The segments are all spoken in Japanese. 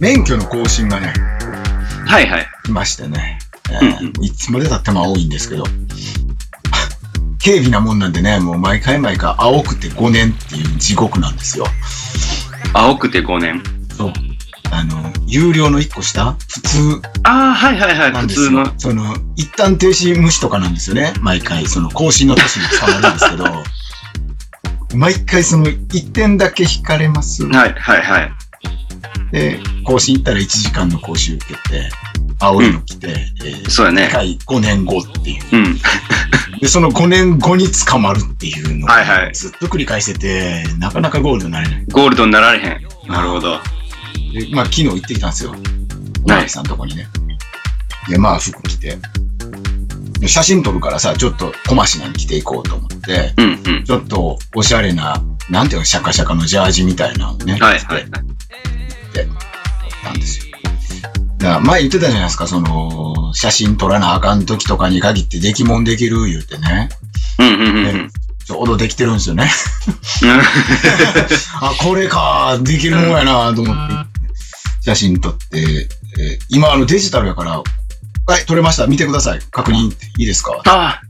免許の更新がね、はいはい。来ましてね。えーいつまでたっても青いんですけど。 軽微なもんなんでね、もう毎回毎回青くて5年っていう地獄なんですよ。青くて5年。あの、有料の1個下普通ああ、はいはいはい。なん普です通よの。その、一旦停止無視とかなんですよね。毎回、その、更新の年に変わるん ですけど、毎回その、1点だけ引かれます。はいはいはい。で、更新行ったら1時間の講習受けて、青いの来て、えーそうや一ね。回5年後っていう。うん。で、その5年後に捕まるっていうのをはいはいずっと繰り返してて、なかなかゴールドになれない。ゴールドになられへん。なるほど。で、まあ、昨日行ってきたんですよ。お前さんのとこにね。で、まあ、服着て。で写真撮るからさ、ちょっと小増なに着ていこうと思って、うんうん。ちょっとおしゃれな、なんていうの、シャカシャカのジャージみたいなのをね、はい着てはいはい。たんですよ。だから前言ってたじゃないですか、その、写真撮らなあかん時とかに限って出来もんできる言うてね。うんうんうん うん。ちょうどできてるんですよね。 あ、これか、できるもんやなと思って、写真撮って、えー今あのデジタルやから、はい、撮れました、見てください、確認っていいですかああ、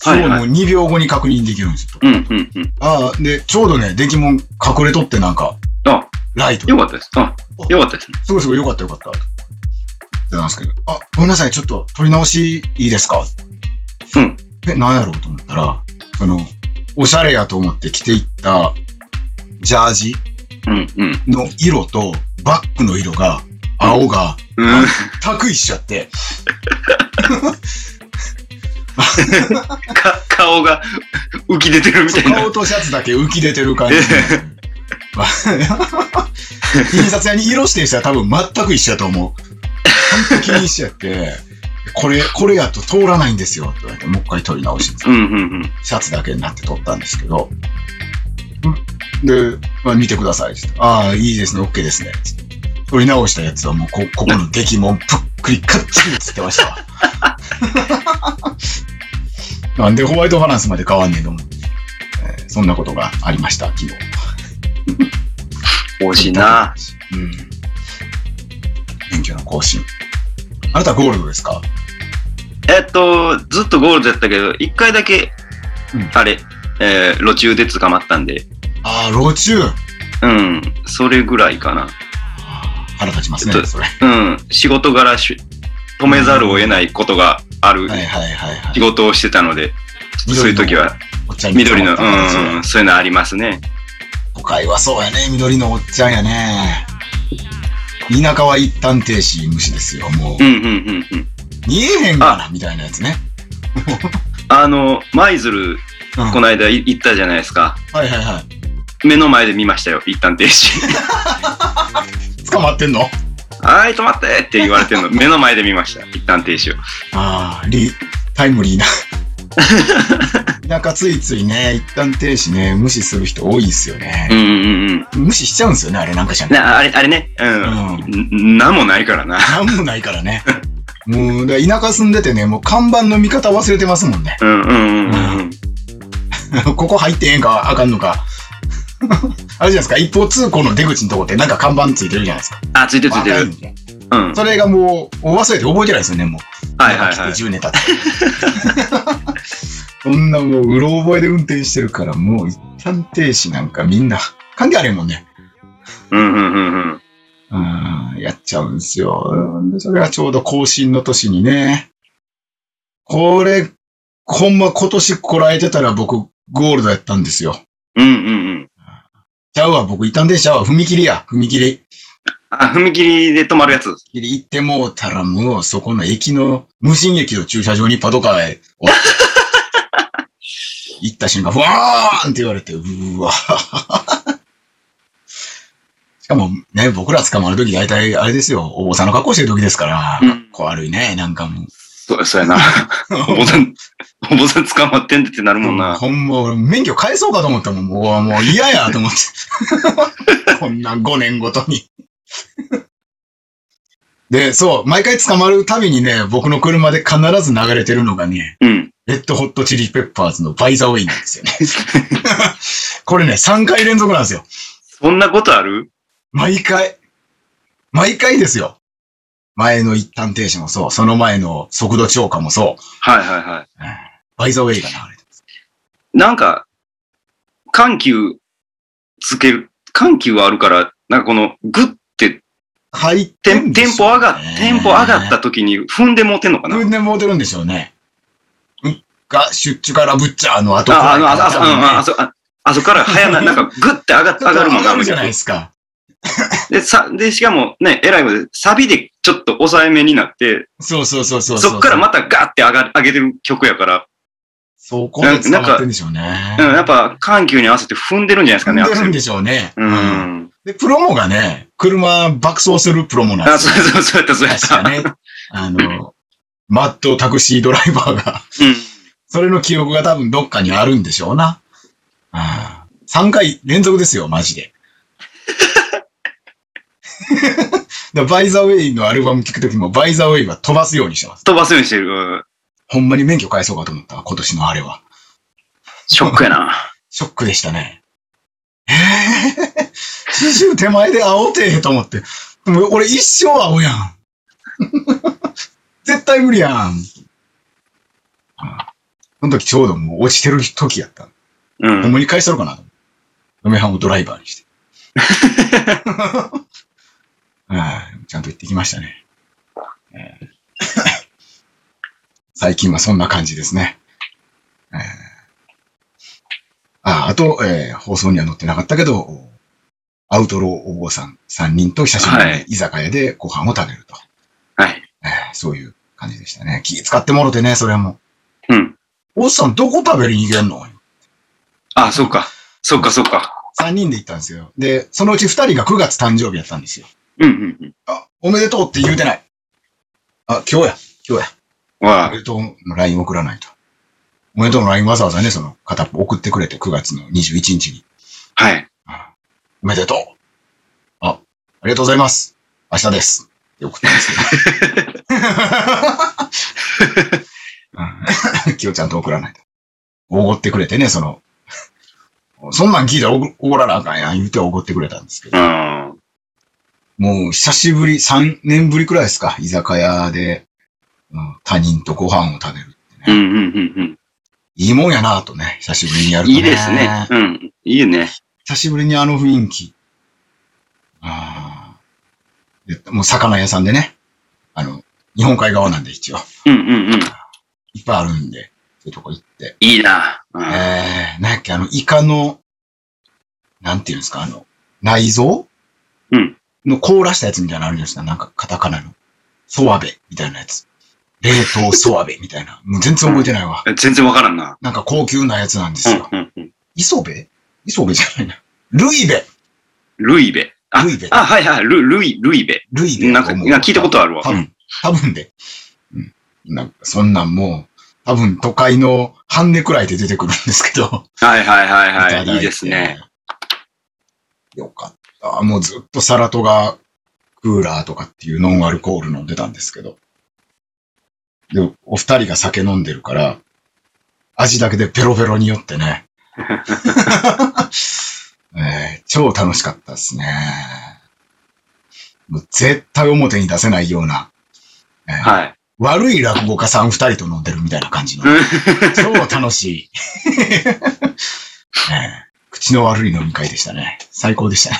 そはういはい。もう2秒後に確認できるんですよ。うんうんうん。ああ、で、ちょうどね、出来もん隠れとってなんか、あ、ライト。よかったです。あ、よかったですね。すごいすごい、よかったよかった。ってなんですけど、あ、ごめんなさい、ちょっと撮り直しいいですかうん。え、なんやろうと思ったら、その、おしゃれやと思って着ていった、ジャージうんうん。の色と、バッグの色が、青が、うん。卓一しちゃって、か、顔が 浮き出てるみたいな。顔とシャツだけ浮き出てる感じ。まあ 印刷屋に色指定したら多分全く一緒やと思う。 本当気にしちゃって、これ、これやと通らないんですよ、って言われて、もう一回撮り直して、うんうんうん。シャツだけになって撮ったんですけど、で、まあ、見てくださいって言って、ああ、いいですね、OK ですね。つって撮り直したやつはもうこ、ここの出来もんぷっくりかっちりつってま したわ。なんでホワイトバランスまで変わんねえの、えーそんなことがありました、昨日。惜しいな。うん。免許の更新。あなたゴールドですかえっと、ずっとゴールドやったけど、一回だけうん、あれ、えー路中で捕まったんで、ああ、老中。うん、それぐらいかな。腹立ちますねちょっ、とそれ。うん、仕事柄し止めざるを得ないことがあるはいはいはいは仕い。事をしてたので、そういう時は、おっちゃんに捕緑まの、っうた感じでん、うん、そういうのありますね。都会はそうやね緑のおっちゃんやね田舎は一旦停止無視ですよもううん、うん、うん、うん。見えへんがなみたいなやつね、あの、舞鶴、うん、この間い行ったじゃないですか。はいはいは目の前で見ましたよ、一旦停止。 い捕まってんのはーい、止まってって言われてるの、目の前で見ました、一旦停止を。ああリタイム リーな田舎ついついね一旦停止ね無視する人多いですようね、ん、うん、うん。無視しちゃうんですよねあれなんかじゃななあれ、あれね、うん。んなんもないからな。なんもないからね もうだから田舎住んでてねもう看板の見方忘れてますもんねうん、うん、うんうこん。こ入ってええんかあかんのかあれじゃないですか一方通行の出口のとこってなんか看板ついてるじゃないですかあ、ついてるついてる。うん。それがもう、忘れて覚えてないですよね、もう。はい、はい、はい。 10年経って。そんなもう、うろ覚えで運転してるから、もう、一旦停止なんかみんな、関係あるもんね。うん、うん、うん、うん。うん、やっちゃうんですよ。でそれがちょうど更新の年にね。これ、ほんま今年こらえてたら僕、ゴールドやったんですよ。うん、うん、うん。ちゃうわ、僕、一旦停止ちゃうわ、踏切や、踏切。あ、踏切で止まるやつ。で行ってもうたらもうそこの駅の無人駅の駐車場にパトカーへ お行った瞬間、ふわーんって言われて、うーわ しかもね、僕ら捕まるとき大体あれですよ、お坊さんの格好してるときですから、うんかっこ悪いね、なんかも う。そう、そうやな。お坊さん、お坊さん捕まってんってなるもんな。ほんま、俺免許返そうかと思ったもん、もうもう嫌やと思って。 こんな5年ごとに。 で、そう、毎回捕まるたびにね、僕の車で必ず流れてるのがね、うん。レッドホットチリペッパーズのバイザーウェイなんです よね。これね、3回連続なんですよ。そんなことある毎回。毎回ですよ。前の一探偵士もそう、その前の速度超過もそう、はいはいはバイザーウェイが流れてます。い。なんか、緩急つける、緩急はあるから、なんかこの、グッて、入ってテんンでテンしポょう上ねが、テンポ上がった時に踏んで持てんのかな分でモてるんでしょうね。うんが、シュッチュからブッチャーの後くらいあ、あの、あ、あ、多あ分ねああそ、あ、あそこから 早な、なんかグッて上がっ上がるもん上ながるじゃないですか。で、さ、で、しかもね、えらいことで、サビでちょっと抑えめになって、そうそうそうそうう。そっからまたガーって上がる上げてる曲やから、そこで繋がってんでしょうね。うん、やっぱ緩急に合わせて踏んでるんじゃないですかね、アク出セるんル。でしょうね。う。ん。で、プロモがね、車爆走するプロモなんあ、ですそ よ。うそう、そうやった、そうやっ確た。かね。あの、マットタクシードライバーが、うん。それの記憶が多分どっかにあるんでしょうな。あ3回連続ですよ、マジで。だからバイザーウェイのアルバム聴くときも、バイザーウェイは飛ばすようにしてます。飛ばすようにしてる。ほんまに免許返そうかと思った、今年のあれは。ショックやな。ショックでしたね。えぇ、ー、40手前で青てえと思って。もう俺一生青やん。 絶対無理やん。あその時ちょうどもう落ちてる時やった。うほんん。まに返しとるかな嫁はんをドライバーにして。 はいちゃんと言ってきましたね。えー最近はそんな感じですね。えーああと、えー放送には載ってなかったけど、アウトローお坊さん3人と久しぶりはにい居酒屋でご飯を食べると。はい。えーそういう感じでしたね。気使ってもろてね、それも。うん。おっさんどこ食べに行けんのあ、そうか。そうか、そうか。 3人で行ったんですよ。で、そのうち2人が9月誕生日やったんですよ。うんうんうん。あ、おめでとうって言うてない。あ、今日や。今日や。おわめでとうの LINE 送らないと。おめでとうの LINE わざわざね、その片っぽ送ってくれて、9月の21日に。あ。はい。あおめでとう。あ、ありがとうございます。明日です。って送ったんですけど。 うん気をちゃんと送らないと。おごってくれてね、その、そんなん聞いたらおごおごらなあかんやん言うておごってくれたんですけどう。ん。もう久しぶり、3年ぶりくらいですか、居酒屋で、うん、他人とご飯を食べる。うんうんうんいいもんやなぁとね、久しぶりにやうるん。と、ね。いいですね。うん。いいね。久しぶりにあの雰囲気。ああ。でもう魚屋さんでね、あの、日本海側なんで一応、うんうんうん。いっぱいあるんで、そういうとこ行って。いいな。うんえー、なんやっけ、あの、イカの、なんていうんですか、あの、内臓うんの凍らしたやつみたいなのあるじゃないですか、なんかカタカナの。ソワベみたいなやつ。冷凍ソワベみたいな。もう全然覚えてないわ。え全然わからんな。なんか高級なやつなんですよ。うんうんうん。磯部磯部じゃないな。ルイベルイベ。あル、イベあはいはい。ル、ルイ、ルイベ。ルイベなんか、なんか聞いたことあるわ。多分、多分で。うん。なんか、そんなんもう、多分都会の半値くらいで出てくるんですけど。はいはいはいたはだい。いていですね。。よかった。もうずっとサラトガクーラーとかっていうノンアルコール飲んでたんですけど。で、お二人が酒飲んでるから、味だけでペロペロに酔って ね。えー超楽しかったですね。もう絶対表に出せないような、えーはい。悪い落語家さん二人と飲んでるみたいな感じのう。ん超楽しい。 ねえ口の悪い飲み会でしたね。最高でしたね。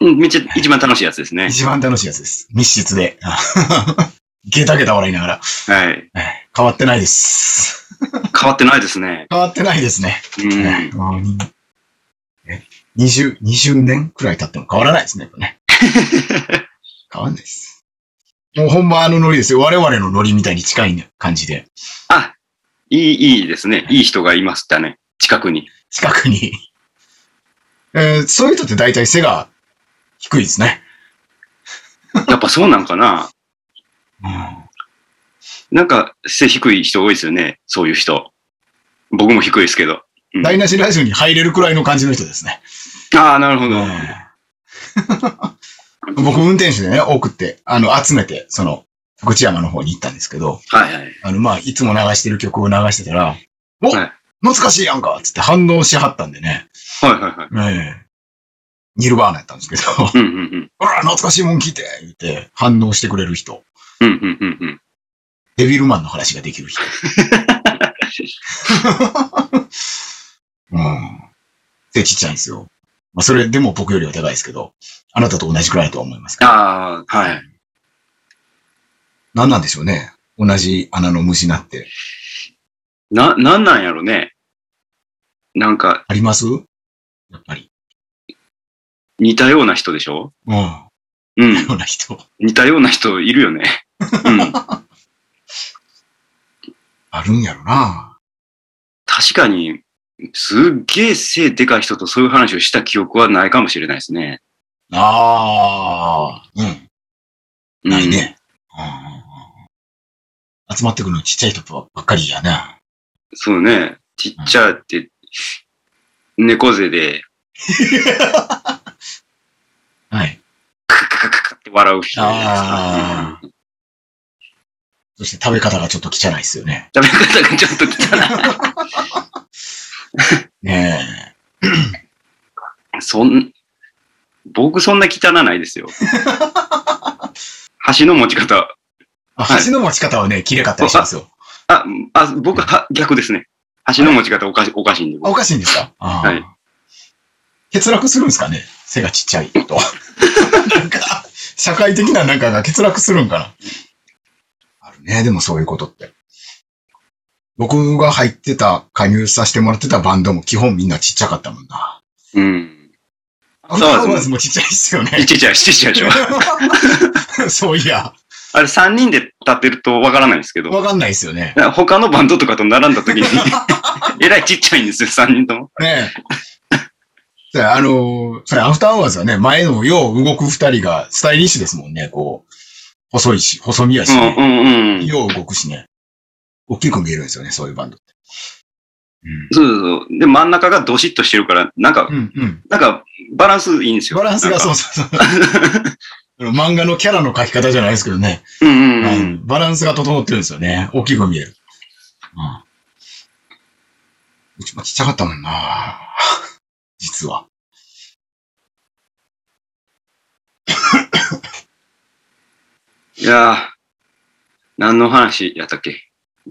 うんめ っちゃ一番楽しいやつですね。一番楽しいやつです。密室で。 ゲタゲタ笑いながら。はい。ええ変わってないです。変わってないですね。変わってないですね。うん。ええもうにえ20、20年くらい経っても変わらないですね。やっぱ ね変わんないです。もうほんまあのノリですよ。我々のノリみたいに近い感じで。あ、いい、いいですね。いい人がいましたね。近くに。近く に。えーそういう人って大体背が低いですね。やっぱそうなんかな。なんか、背低い人多いですよね。そういう人。僕も低いですけど。うん台無しラジオに入れるくらいの感じの人ですね。ああ、なるほど。僕、運転手でね、送って、あの、集めて、その、福知山の方に行ったんですけど、はいはい。あの、まあ、いつも流してる曲を流してたら、お、はい懐かしいやんかつって反応しはったんでね。はいはいはい。ええニルバーナやったんですけど、 うんうんほら、懐かしいもん聞いて言って反応してくれる人。うん。うんうんうんうん。デビルマンの話ができる人。うん。背ちっちゃいんですよ。まあ、それでも僕よりは高いですけど、あなたと同じくらいとは思いますけど。ああ、はい。何なんでしょうね。同じ穴の虫なって。な、なんなんやろね。なんか、ありますやっぱり。似たような人でしょうん。ようん。うな人。似たような人いるよね。うん。あるんやろな。確かに、すっげえ背でかい人とそういう話をした記憶はないかもしれないですね。ああ。うん。うんない。ね。うんうんうんうん。集まってくるのちっちゃい人ばっかりや な。そうね。ちっちゃって、猫背で、はい。カカカカカって笑う人。あそして食べ方がちょっと汚いですよね。食べ方がちょっと汚ねえ。い。そん、僕そんな汚ないですよ。橋の持ち方。あはい橋の持ち方はね、綺麗かったりしますよ。あ、あ僕は逆ですね。橋の持ち方おかしおかしいんで。あ、僕おかしいんですかあーはい欠落するんですかね背がちっちゃいと。なんか、社会的ななんかが欠落するんかな。あるね、でもそういうことって。僕が入ってた、加入させてもらってたバンドも基本みんなちっちゃかったもんな。うん。アそうンダーですねワーズもちっちゃいっすよいね。ちいちゃい、いちいちゃいでしょ。そういや、あれ3人で立ってるとわからないんですけど。わかんないっすよね。他のバンドとかと並んだ時に、 えらいちっちゃいんですよ、3人とも。ねえ。それあのーそれアフターアワーズはね、前のよう動く二人がスタイリッシュですもんね、こう。細いし、細身やし、ねうんうんうん。よう動くしね。大きく見えるんですよね、そういうバンドって。そうそうそう。で、真ん中がドシッとしてるから、なんかう、ん。うんうん。なんか、バランスいいんですよ。。バランスがそううそうそう。あの 漫画のキャラの描き方じゃないですけどね、うんうんう。うんんバランスが整ってるんですよね。大きく見える。うん。うちもちっちゃかったもんな実は。いやー、何の話やったっけい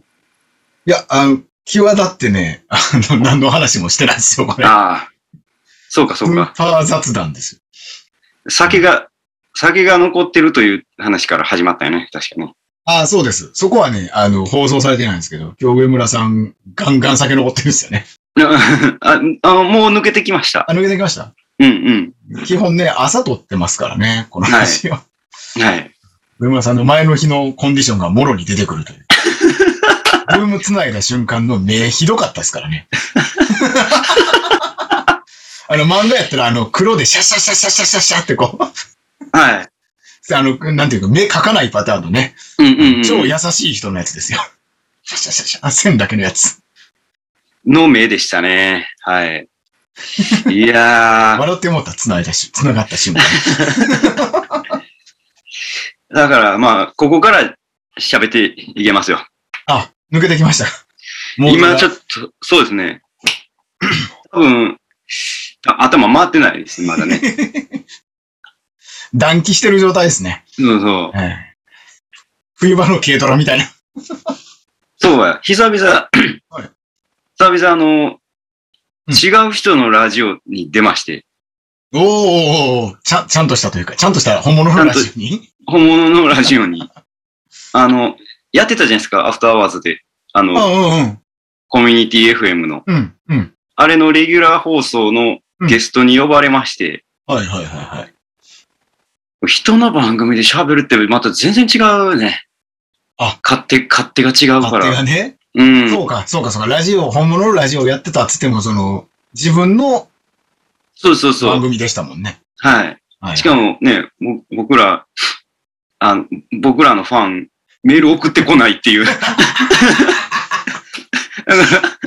や、あの、際立ってね、あの、何の話もしてないですよ、これ。ああ、そうかそうスかー。パー雑談ですよ。酒が、酒が残ってるという話から始まったよね、確かね。 ああ、そうです。そこはね、あの、放送されてないんですけど、今日上村さん、ガンガン酒残ってるんですよね。ああの、もう抜けてきました。あ、抜けてきましたうん基本ね、朝撮ってますからね、この話を。うん。はい。上村さんの前の日のコンディションがもろに出てくると いう。ルーム繋いだ瞬間の目ひどかったですから ね。あの漫画やったらあの黒でシャシャシャシャシャシャシャってこう、はい。あの、なんていうか目描かないパターンのね、うんうん、超うん。優しい人のやつですよ。シャシャシャシャ、線だけのやつ。の目でしたね。はい。いやー。笑って思ったら繋いだし、繋がった瞬間。だから、まあ、ここから喋っていけますよ。あ、抜けてきました。もう今ちょっょっと、そうです ね。多分、あ頭回ってないです、まだ ね。と。断気してる状態ですね。そうそう。ええ冬場の軽トラみたいな。そうや、久々、い久々あの、うん違う人のラジオに出まして、おーおーおーちゃん、ちゃんとしたというか、ちゃんとした本物のラジオに本物のラジオ に、あの、やってたじゃないですか、アフターアワーズで。あうんうの、んコミュニティ FM の。うん。うんうん。あれのレギュラー放送のゲストに呼ばれまして、はいはいはいはい。人の番組で喋るってまた全然違うね。あ勝手、勝手が違うか勝手がら。ね。うん。そうか、そうか、そうか。ラジオ、本物のラジオやってたっつっても、その、自分のそうそうそ番う。組でしたもんね。は。はいい。しかもね、ぼ僕ら、あの、僕らのファン、メール送ってこないっていう。 だか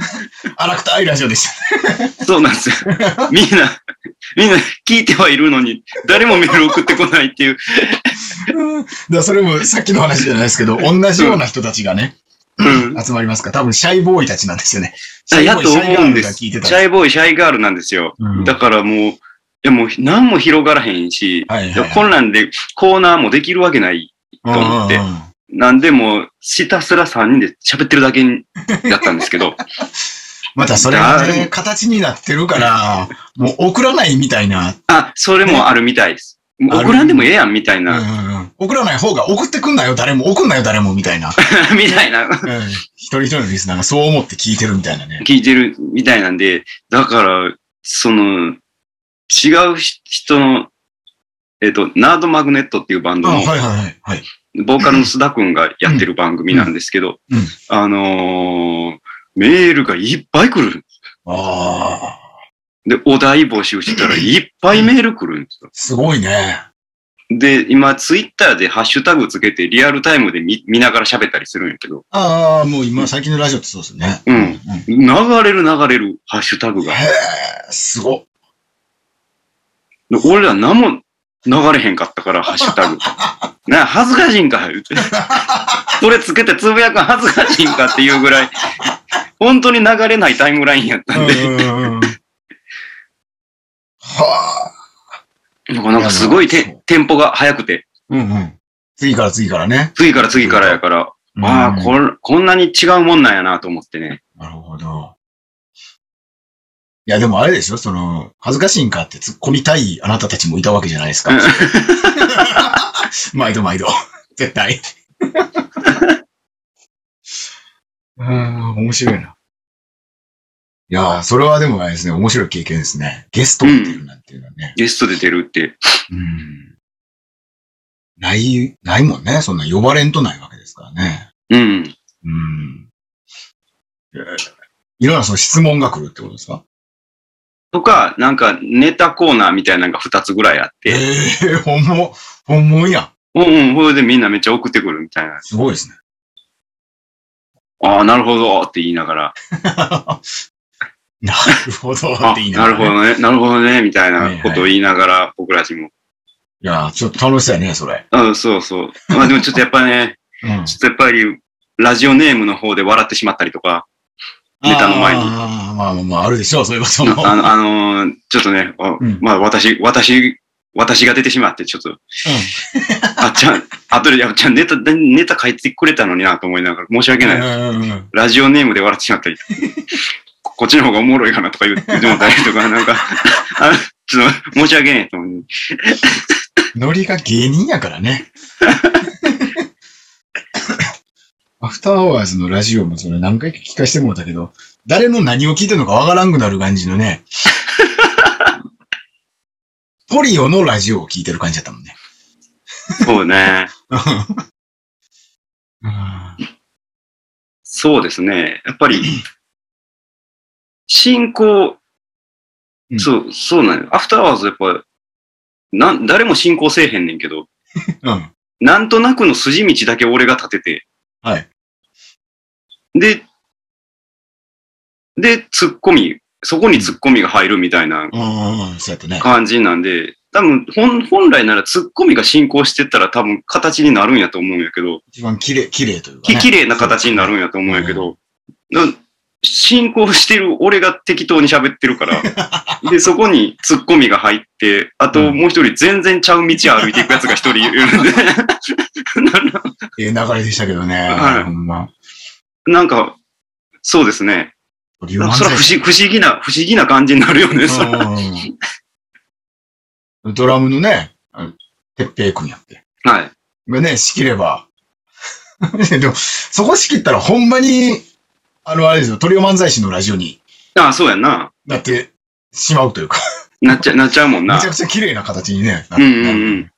荒くたいラジオでした。らそうなんで すよ。みんな、みんな聞いてはいるのに、誰もメール送ってこないっていう。 うんだからそれもさっきの話じゃないですけど、同じような人たちがね、うん。集まりますから、多分シャイボーイたちなんですよね。シあャイやボっーイ、とシャイガ思うーんルでがす。聞いシてたら。ャイボーイ、シャイガールなんですよ。うんだからもう、やもう何も広がらへんし、はいいはい、やはい。こんなんでコーナーもできるわけない。うん思ってうんうんなんでもう、ひたすら3人で喋ってるだけだったんですけ ど、またそれがだね、い形になってるから、もう送らないみたいな、あ、それもあるみたいです。もうある送らんでもええやんみたいうんうな、んうん送らない方が送ってくんなよ、誰も、送んなよ、誰も、みた いな。みたいな、うん一人一人のリスナーがそう思って聞いてるみたいなね。聞いてるみたいなんで、だから、その、違うひ人の、えっ、と、ナードマグネットっていうバンあドはいの、はいはいはい。ボーカルの須田くんがやってる番組なんですけど、うんうんあのーメールがいっぱい来る。ああ、で、お題募集してたらいっぱいメール来るんですよ。すごいね。で、今、ツイッターでハッシュタグつけてリアルタイムで見見ながら喋ったりするんやけど、ああ、もう今、最近のラジオってそうですね。うんうん、流れる流れる、ハッシュタグへが。え、すごっ。で俺ら何も流れへんかったから、ハッシ ュタグ。な、恥ずかしいんか、言うて。それつけてつぶやくん恥ずかしいんかっていうぐらい、本当に流れないタイムラインやったんで、うんうんうんはあ。なんかなんかすごいいやまあそテうテンポが速くて、うんうん。次から次からね。次から次からやから、ああ、うんこんこんなに違うもんなんやなと思ってね。なるほど。いや、でもあれでしょその、恥ずかしいんかって突っ込みたいあなたたちもいたわけじゃないですか うん。毎度毎度。 絶対。うーん、面白いな。いやー、それはでもあれですね、面白い経験ですね。ゲストっていうなんていうのはね。ゲストで出るって。うん。ない、ないもんね。そんな呼ばれんとないわけですからね。うん。うん。えーいろんなその質問が来るってことですかとか、なんかネタコーナーみたいなのが2つぐらいあっえて、えー、本物、本物やん。うんうん、それでみんなめっちゃ送ってくるみたいな。すごいですね。 ああ、なるほどって言いながら、なるほどっあて言いなながらるほね、どね、なるほどね、みたいなことを言いながら、僕らちも。いやー、ちょっと楽しそうやね、それ。うん、そうそう。まあでもちょっとやっぱね、 うんちょっとやっぱり、ラジオネームの方で笑ってしまったりとか、ネタの前にあーまあまあまあ、あるでしょう、そういえばそあの。の、あのーちょっとね、あうんまあ私、私、私が出てしまって、ちょっと、あっちゃん、あとで、あっちゃんネタ、ネタ書いてくれたのになと思いながら、申し訳ない。うんうんうんラジオネームで笑ってしまったり、ここっちの方がおもろいかなとか言ってもらったりとか、なんか、 あちょっと申し訳ないと思う。ノリが芸人やから ね。アフターアワーズのラジオもそれ何回か聞かせてもらったけど、誰の何を聞いてるのかわからんくなる感じのね。ポリオのラジオを聞いてる感じだったもん ね。そうね。うんそうですね。やっぱり、進行う、んそう、そうなんよ。アフターアワーズやっぱ、なん、誰も進行せえへんねんけど、うん。なんとなくの筋道だけ俺が立てて。はい。で、で、ツッコミ、そこにツッコミが入るみたいなうん、そうやったね。感じなんで、多分本、本来ならツッコミが進行してったら多分形になるんやと思うんやけど、一番綺麗、綺麗というか、きね。綺麗な形になるんやと思うんやけど、な進行してる俺が適当に喋ってる から、で、そこにツッコミが入って、あともう一人全然ちゃう道歩いていくやつが一人いるんで、 なんかええ流れでしたけどね。はいほんま。なんか、そうですね。ポリそオ漫れは不才思不思議な、不思議な感じになるよね。そうれんドラムのね、てっぺいくんやって。はい。がね、仕切れば。 でも、そこ仕切ったらほんまに、あの、あれですよ、トリオ漫才師のラジオにああ、そうやんな。なってしまうというか、なっちゃ、なっちゃうもんめなちゃ。くちゃ綺麗な形にね、なうんうんうん。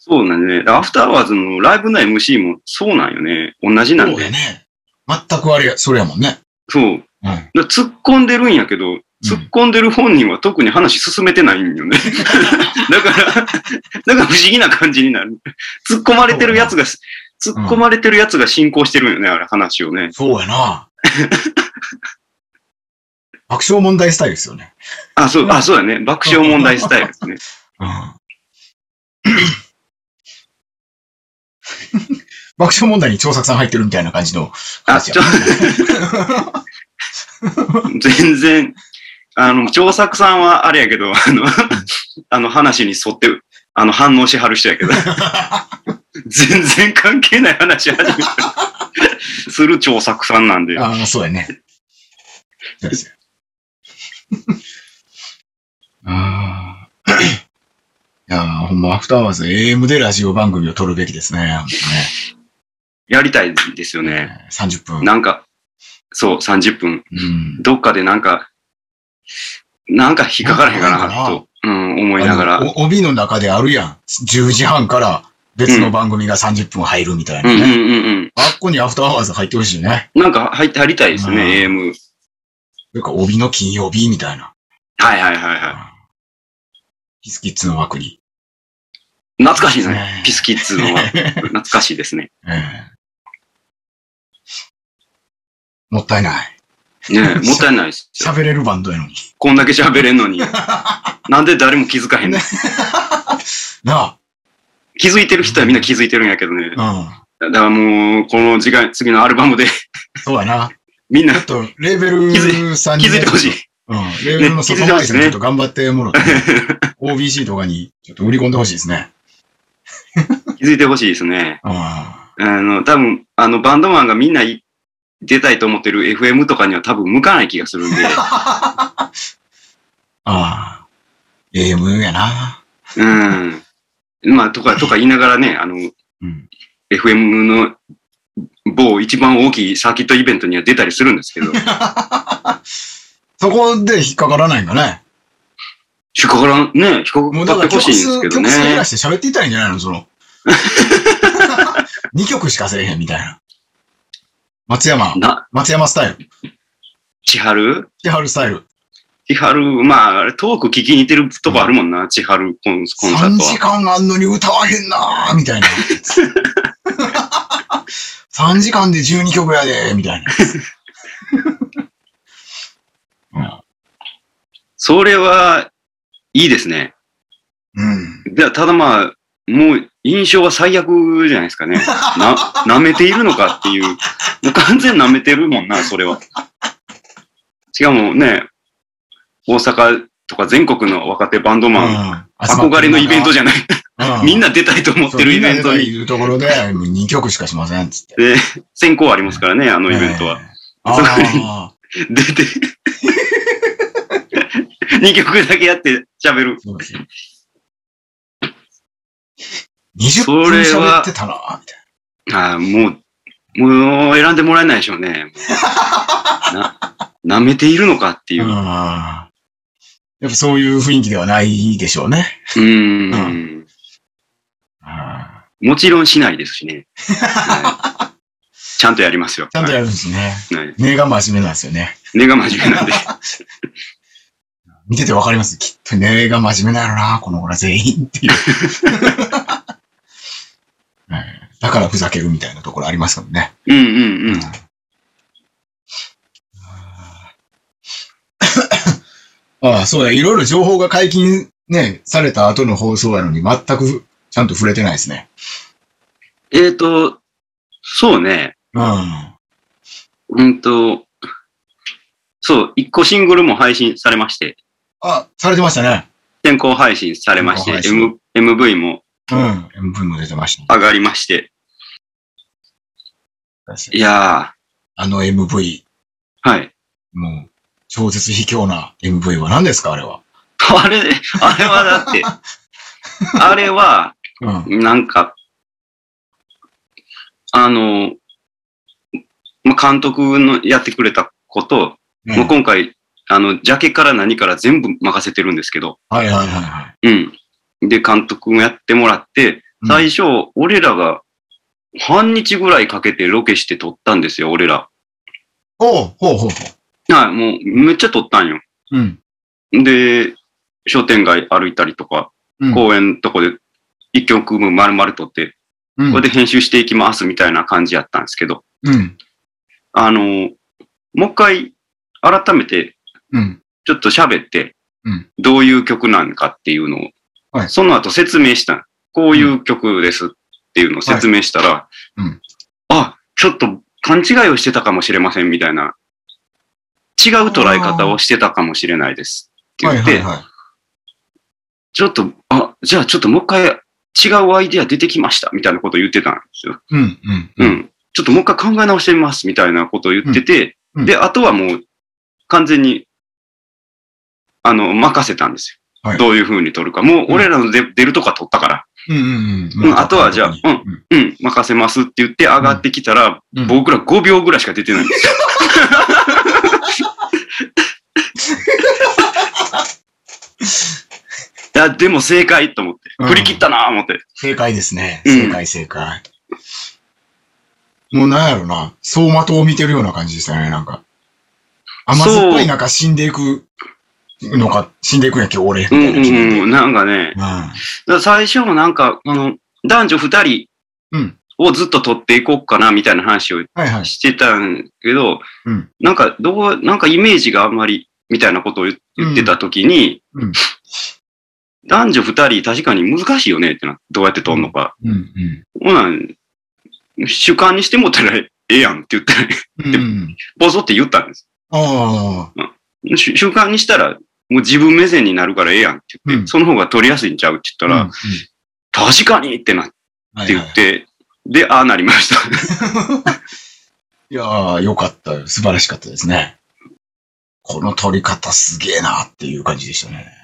そうなんでね。アフターアワーズのライブの MC もそうなんよね。同じななるんそうやで。ね。全くあれや、それやもんね。そう。うん。だから突っ込んでるんやけど、突っ込んでる本人は特に話進めてないんよね。だから、だから不思議な感じになる。突っ込まれてるやつが、突っ込まれてるやつが進行してるんよね、あれ話をね。そうや な。爆笑問題スタイルですよね。あ、そう、あ、そうだね。爆笑問題スタイルですね。うん。爆笑問題に調査さん入ってるみたいな感じのあ、話ちや ょ、全然、あの、長作さんはあれやけど、あの、あの話に沿って、あの、反応しはる人やけ ど、全然関係ない話始めたする長作さんなんで、ああ、そうやね。そうですよ。ああ。いやーほんま、アフターアワーズ AM でラジオ番組を撮るべきですね。本やりたいですよ当ね。ね30分。なんか、そう、30分。うん。どっかでなんか、なんか引っかからへんかなんかなな、と、うん、思いながあら。のお帯の中であるやん。10時半から別の番組が30分入るみたいうんなうんね。うんうん。あっこにアフターアワーズ入ってほしいね。なんか入って入りたいですね、AM。なんか帯の金曜日みたいな。はいはいはいはキスキッズの枠に。い。懐かしいですねね。ピスキッズのは懐かしいですね。ええもったいない。ねえもったいないですよ。喋れるバンドやのに。こんだけ喋れんのに。なんで誰も気づかへんのねな気づいてる人はみんな気づいてるんやけどね。あ。だからもう、この時間、次のアルバムで うん。そうやな。みんなちょっと、レーベルさんに気ね、づいてほしい。うん。レーベルの外回りさんにちねょっと頑張ってもろて、OBC とかにちょっと売り込んでほしいですね。気づいてほしいですね。うん。あの、多分、あの、バンドマンがみんない出たいと思ってる FM とかには多分向かない気がするんで。ああ。AM やな。うん。まあ、とか、とか言いながらね、あの、うん。 FM の某一番大きいサーキットイベントには出たりするんですけど、そこで引っかからないんかね。引っかからん、ね、引っもうかだかかっらてほ曲しいんです数、けどね曲。数減らして喋っていったらいいんじゃないの その。2曲しかせえへんみたいな。松山、な、松山スタイル。千春千春スタイル。千春、まあ、あれトーク聞きに似てるとこあるもんな、千春コンコンサ3ート時は。間あんのに歌わへんなーみたいな。3時間で12曲やでーみたいな。それは、いいですね。うん。でただまあ、もう印象は最悪じゃないですかね。 な、舐めているのかっていう。もう完全に舐めてるもんな、それは。しかもね、大阪とか全国の若手バンドマン、憧れのイベントじゃない。ゃみんな出たいと思ってるイベントに。いうところで、2曲しかしませんっつって。で、選考ありますからね、あのイベントは。ええ。ああ、出 て。2曲だけやって喋る。そうですよ。20分喋ってたなみたいああ、もう、もう選んでもらえないでしょ うね。な、舐めているのかっていう。な。うん。やっぱそういう雰囲気ではないでしょうね。うーん。、うんああもちろんしないです しね。はいちゃんとやりますよ。ちゃんとやるんですね。はい根が真面目なんですよね。根が真面目な んで。見ててわかりますきっと根が真面目なのな、この子ら全員っていう。うんだからふざけるみたいなところありますからね。うんうんうん。ああ、そうだ。いろいろ情報が解禁ね、された後の放送やのに全くちゃんと触れてないですね。えっ、と、そうね。うん。うんと、そう、一個シングルも配信されまして、あ、されてましたね。先行配信されまして、先行 M、MV もうん。MV も出てましたね。上がりまして。いやあの MV、ー、はい。 もう、超絶卑怯な MV は何ですかあれは。あれ、あれはだ って、あれは、うん。なんか、あの、まあ、監督のやってくれたこと、もう今回、あの、ジャケから何から全部任せてるんですけど、はいはいはいはい。うん。で、監督もやってもらって、最初。初、俺らが半日ぐらいかけてロケして撮ったんですよ、俺ら。おうほうほうほはい、もうめっちゃ撮ったんよ。う。うん。で、商店街歩いたりとか、うん公園のとこで一曲分丸々撮って、うんこれで編集していきますみたいな感じやったんですけど、うん。あの、もう一回改めてうん。ちょっと喋ってうん、どういう曲なんかっていうのを、はいその後説明した。こういう曲ですっていうのを説明したら、いうんあ、ちょっと勘違いをしてたかもしれませんみたいな違う捉え方をしてたかもしれないです。ってはい言って、はいはい。ちょっと、あ、じゃあちょっともう一回違うアイディア出てきました、みたいなこと言ってたんですよ。うんうんう。ん。ちょっともう一回考え直してみます、みたいなことを言ってて、うんうんで、あとはもう完全に、あの、任せたんですよ。はいどういう風に取るか。もう俺らの出,、出るとこは取ったから、うんうんうん。うんあとはじゃあうんん。うん、任せますって言って上がってきたら、うん僕ら5秒ぐらいしか出てないん ですよ。 いや、でも正解と思って。振り切ったなぁ思って。正解ですね。うん正解正解。もうなんやろな。走馬灯を見てるような感じでしたね、なんか。甘酸っぱい中死んでいくのか、死んでいくんやっけ、俺。みうたんいなう気分でんうん。なんかね、だから最初もなんか、あの、男女2人うん。うん。をずっと取っていこうかなみたいな話をはいはい。してたんけど、うんなんかどう、なんかイメージがあんまりみたいなことを言言ってた時に、うんうん男女二人確かに難しいよねってな、どうやって取るのか。うんうん。ほな主観にしてもったらええやんって言 って、うんうん。ボソって言ったんです。ああ。主主観にしたら、もう自分目線になるからええやんって言って、うんその方が取りやすいんちゃうって言ったら、うんうん確かにってなってはい言はいっ。て、で、ああなりました。 いやー、よかったよ。素晴らしかったですね。この撮り方すげえなっていう感じでしたね。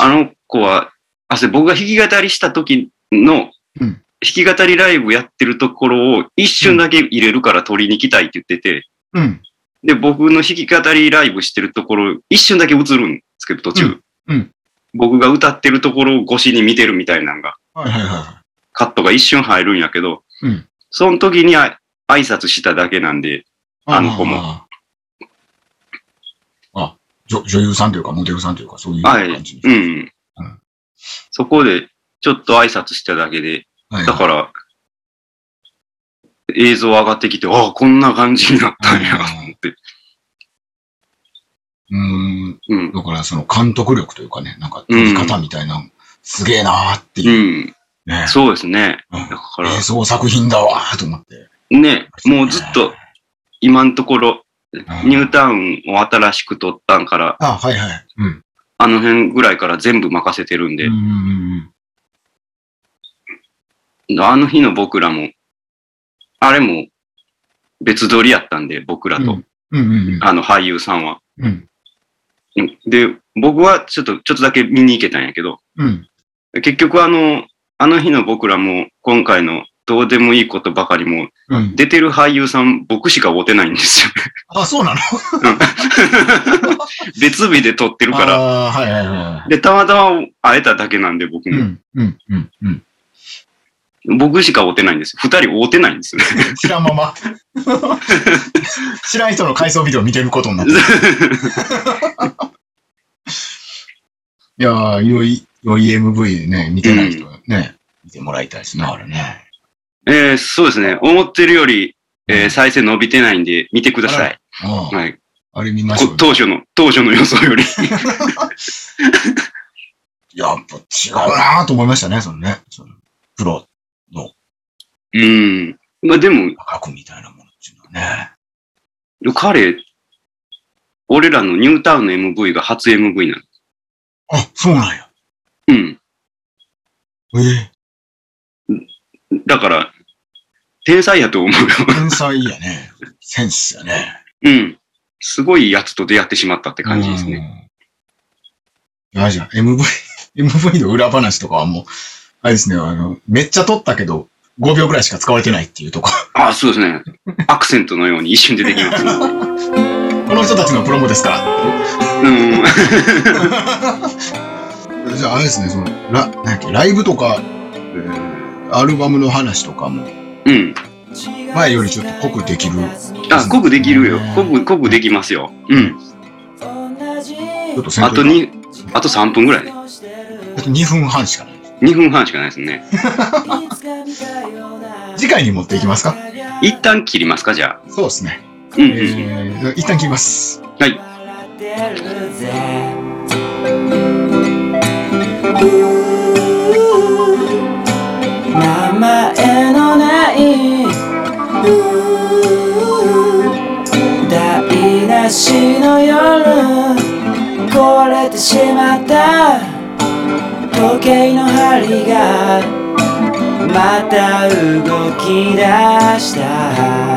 あの子は、あ、それ僕が弾き語りした時の、うん弾き語りライブやってるところを一瞬だけ入れるから撮りに来たいって言ってて、うん。で、僕の弾き語りライブしてるところ、一瞬だけ映るんですけど、途中。うんうん僕が歌ってるところを越しに見てるみたいなのが、はいはいはカットが一瞬入るんやけど、い。うん。その時にあ挨拶しただけなんで、あの子もあー。あ、女女優さんというか、モデルさんというか、そういうはい感じ。うん。うんそこで、ちょっと挨拶しただけで、はいだから、映像上がってきて、ああ、こんな感じになったんや、と思って。うーん。うん。だから、その監督力というかね、なんか撮り方みたいな、すげえなーってういう。ん。ね。そうですね。うだんか映像作品だわーと思って。ら、ね、もうずっと、今のところ、うんニュータウンを新しく撮ったんから、あ、はいはい。うん。あの辺ぐらいから全部任せてるんでうん、うんあの日の僕らも、あれも別撮りやったんで、僕らうん。うとん、うんうんあの俳優さんは。うん。うん。うんで、僕はちょっと、ちょっとだけ見に行けたんやけど、うん。結局あの、あの日の僕らも、今回のどうでもいいことばかりも、うん。出てる俳優さん、僕しか追ってないんです よ。あ、そうなの別日で撮ってるから。あーはいはいはで、たまたま会えただけなんで、僕い。うも。ん、うん、うん、うん。僕しか追ってないんです。二人追ってないんですよ ね。知らんまま。知らん人の回想ビデオ見てることになってる。いやー、良い、良い MV ね、見てない人はね、見てもらいたいですね、あれね。えーそうですね。思ってるより、えー再生伸びてないんで、見てください。あーはい、こあれ見ましょうよ。当初の、当初の予想 より。やっぱ違うなーと思いましたね、そのね。そのプロうん。まあでも、が書くみたいなものっていうのはね。彼、俺らのニュータウンの MV が初 MV なの。あ、そうなんや。うん。ええだから、天才やと思うよ。天才やね。センスやね。うん。すごいやつと出会ってしまったって感じですね。ね。あじゃあ、MV、MV の裏話とかはもう、あれですね、あの、めっちゃ撮ったけど、5秒くらいしか使われてないっていうとこ。ああ、そうですね。アクセントのように一瞬でできます。この人たちのプロモですから。 うん。じゃあ、あれですね、その、ラ、なんやっけ、ライブとか、えーアルバムの話とかも、うん。前よりちょっと濃くできる。ちあ、濃くできるよ。濃く、濃くできますよ。うん。ょっと先あと頭に2、あと3分ぐらいね。あと2分半しかない。 2分半しかないですね。 次回に持っていきますか一旦切りますか、じゃあ。そうですね。うんうえん。ー、一旦切ります。はい。名前のない大なしの夜壊れてしまった時計の針がまた動き出した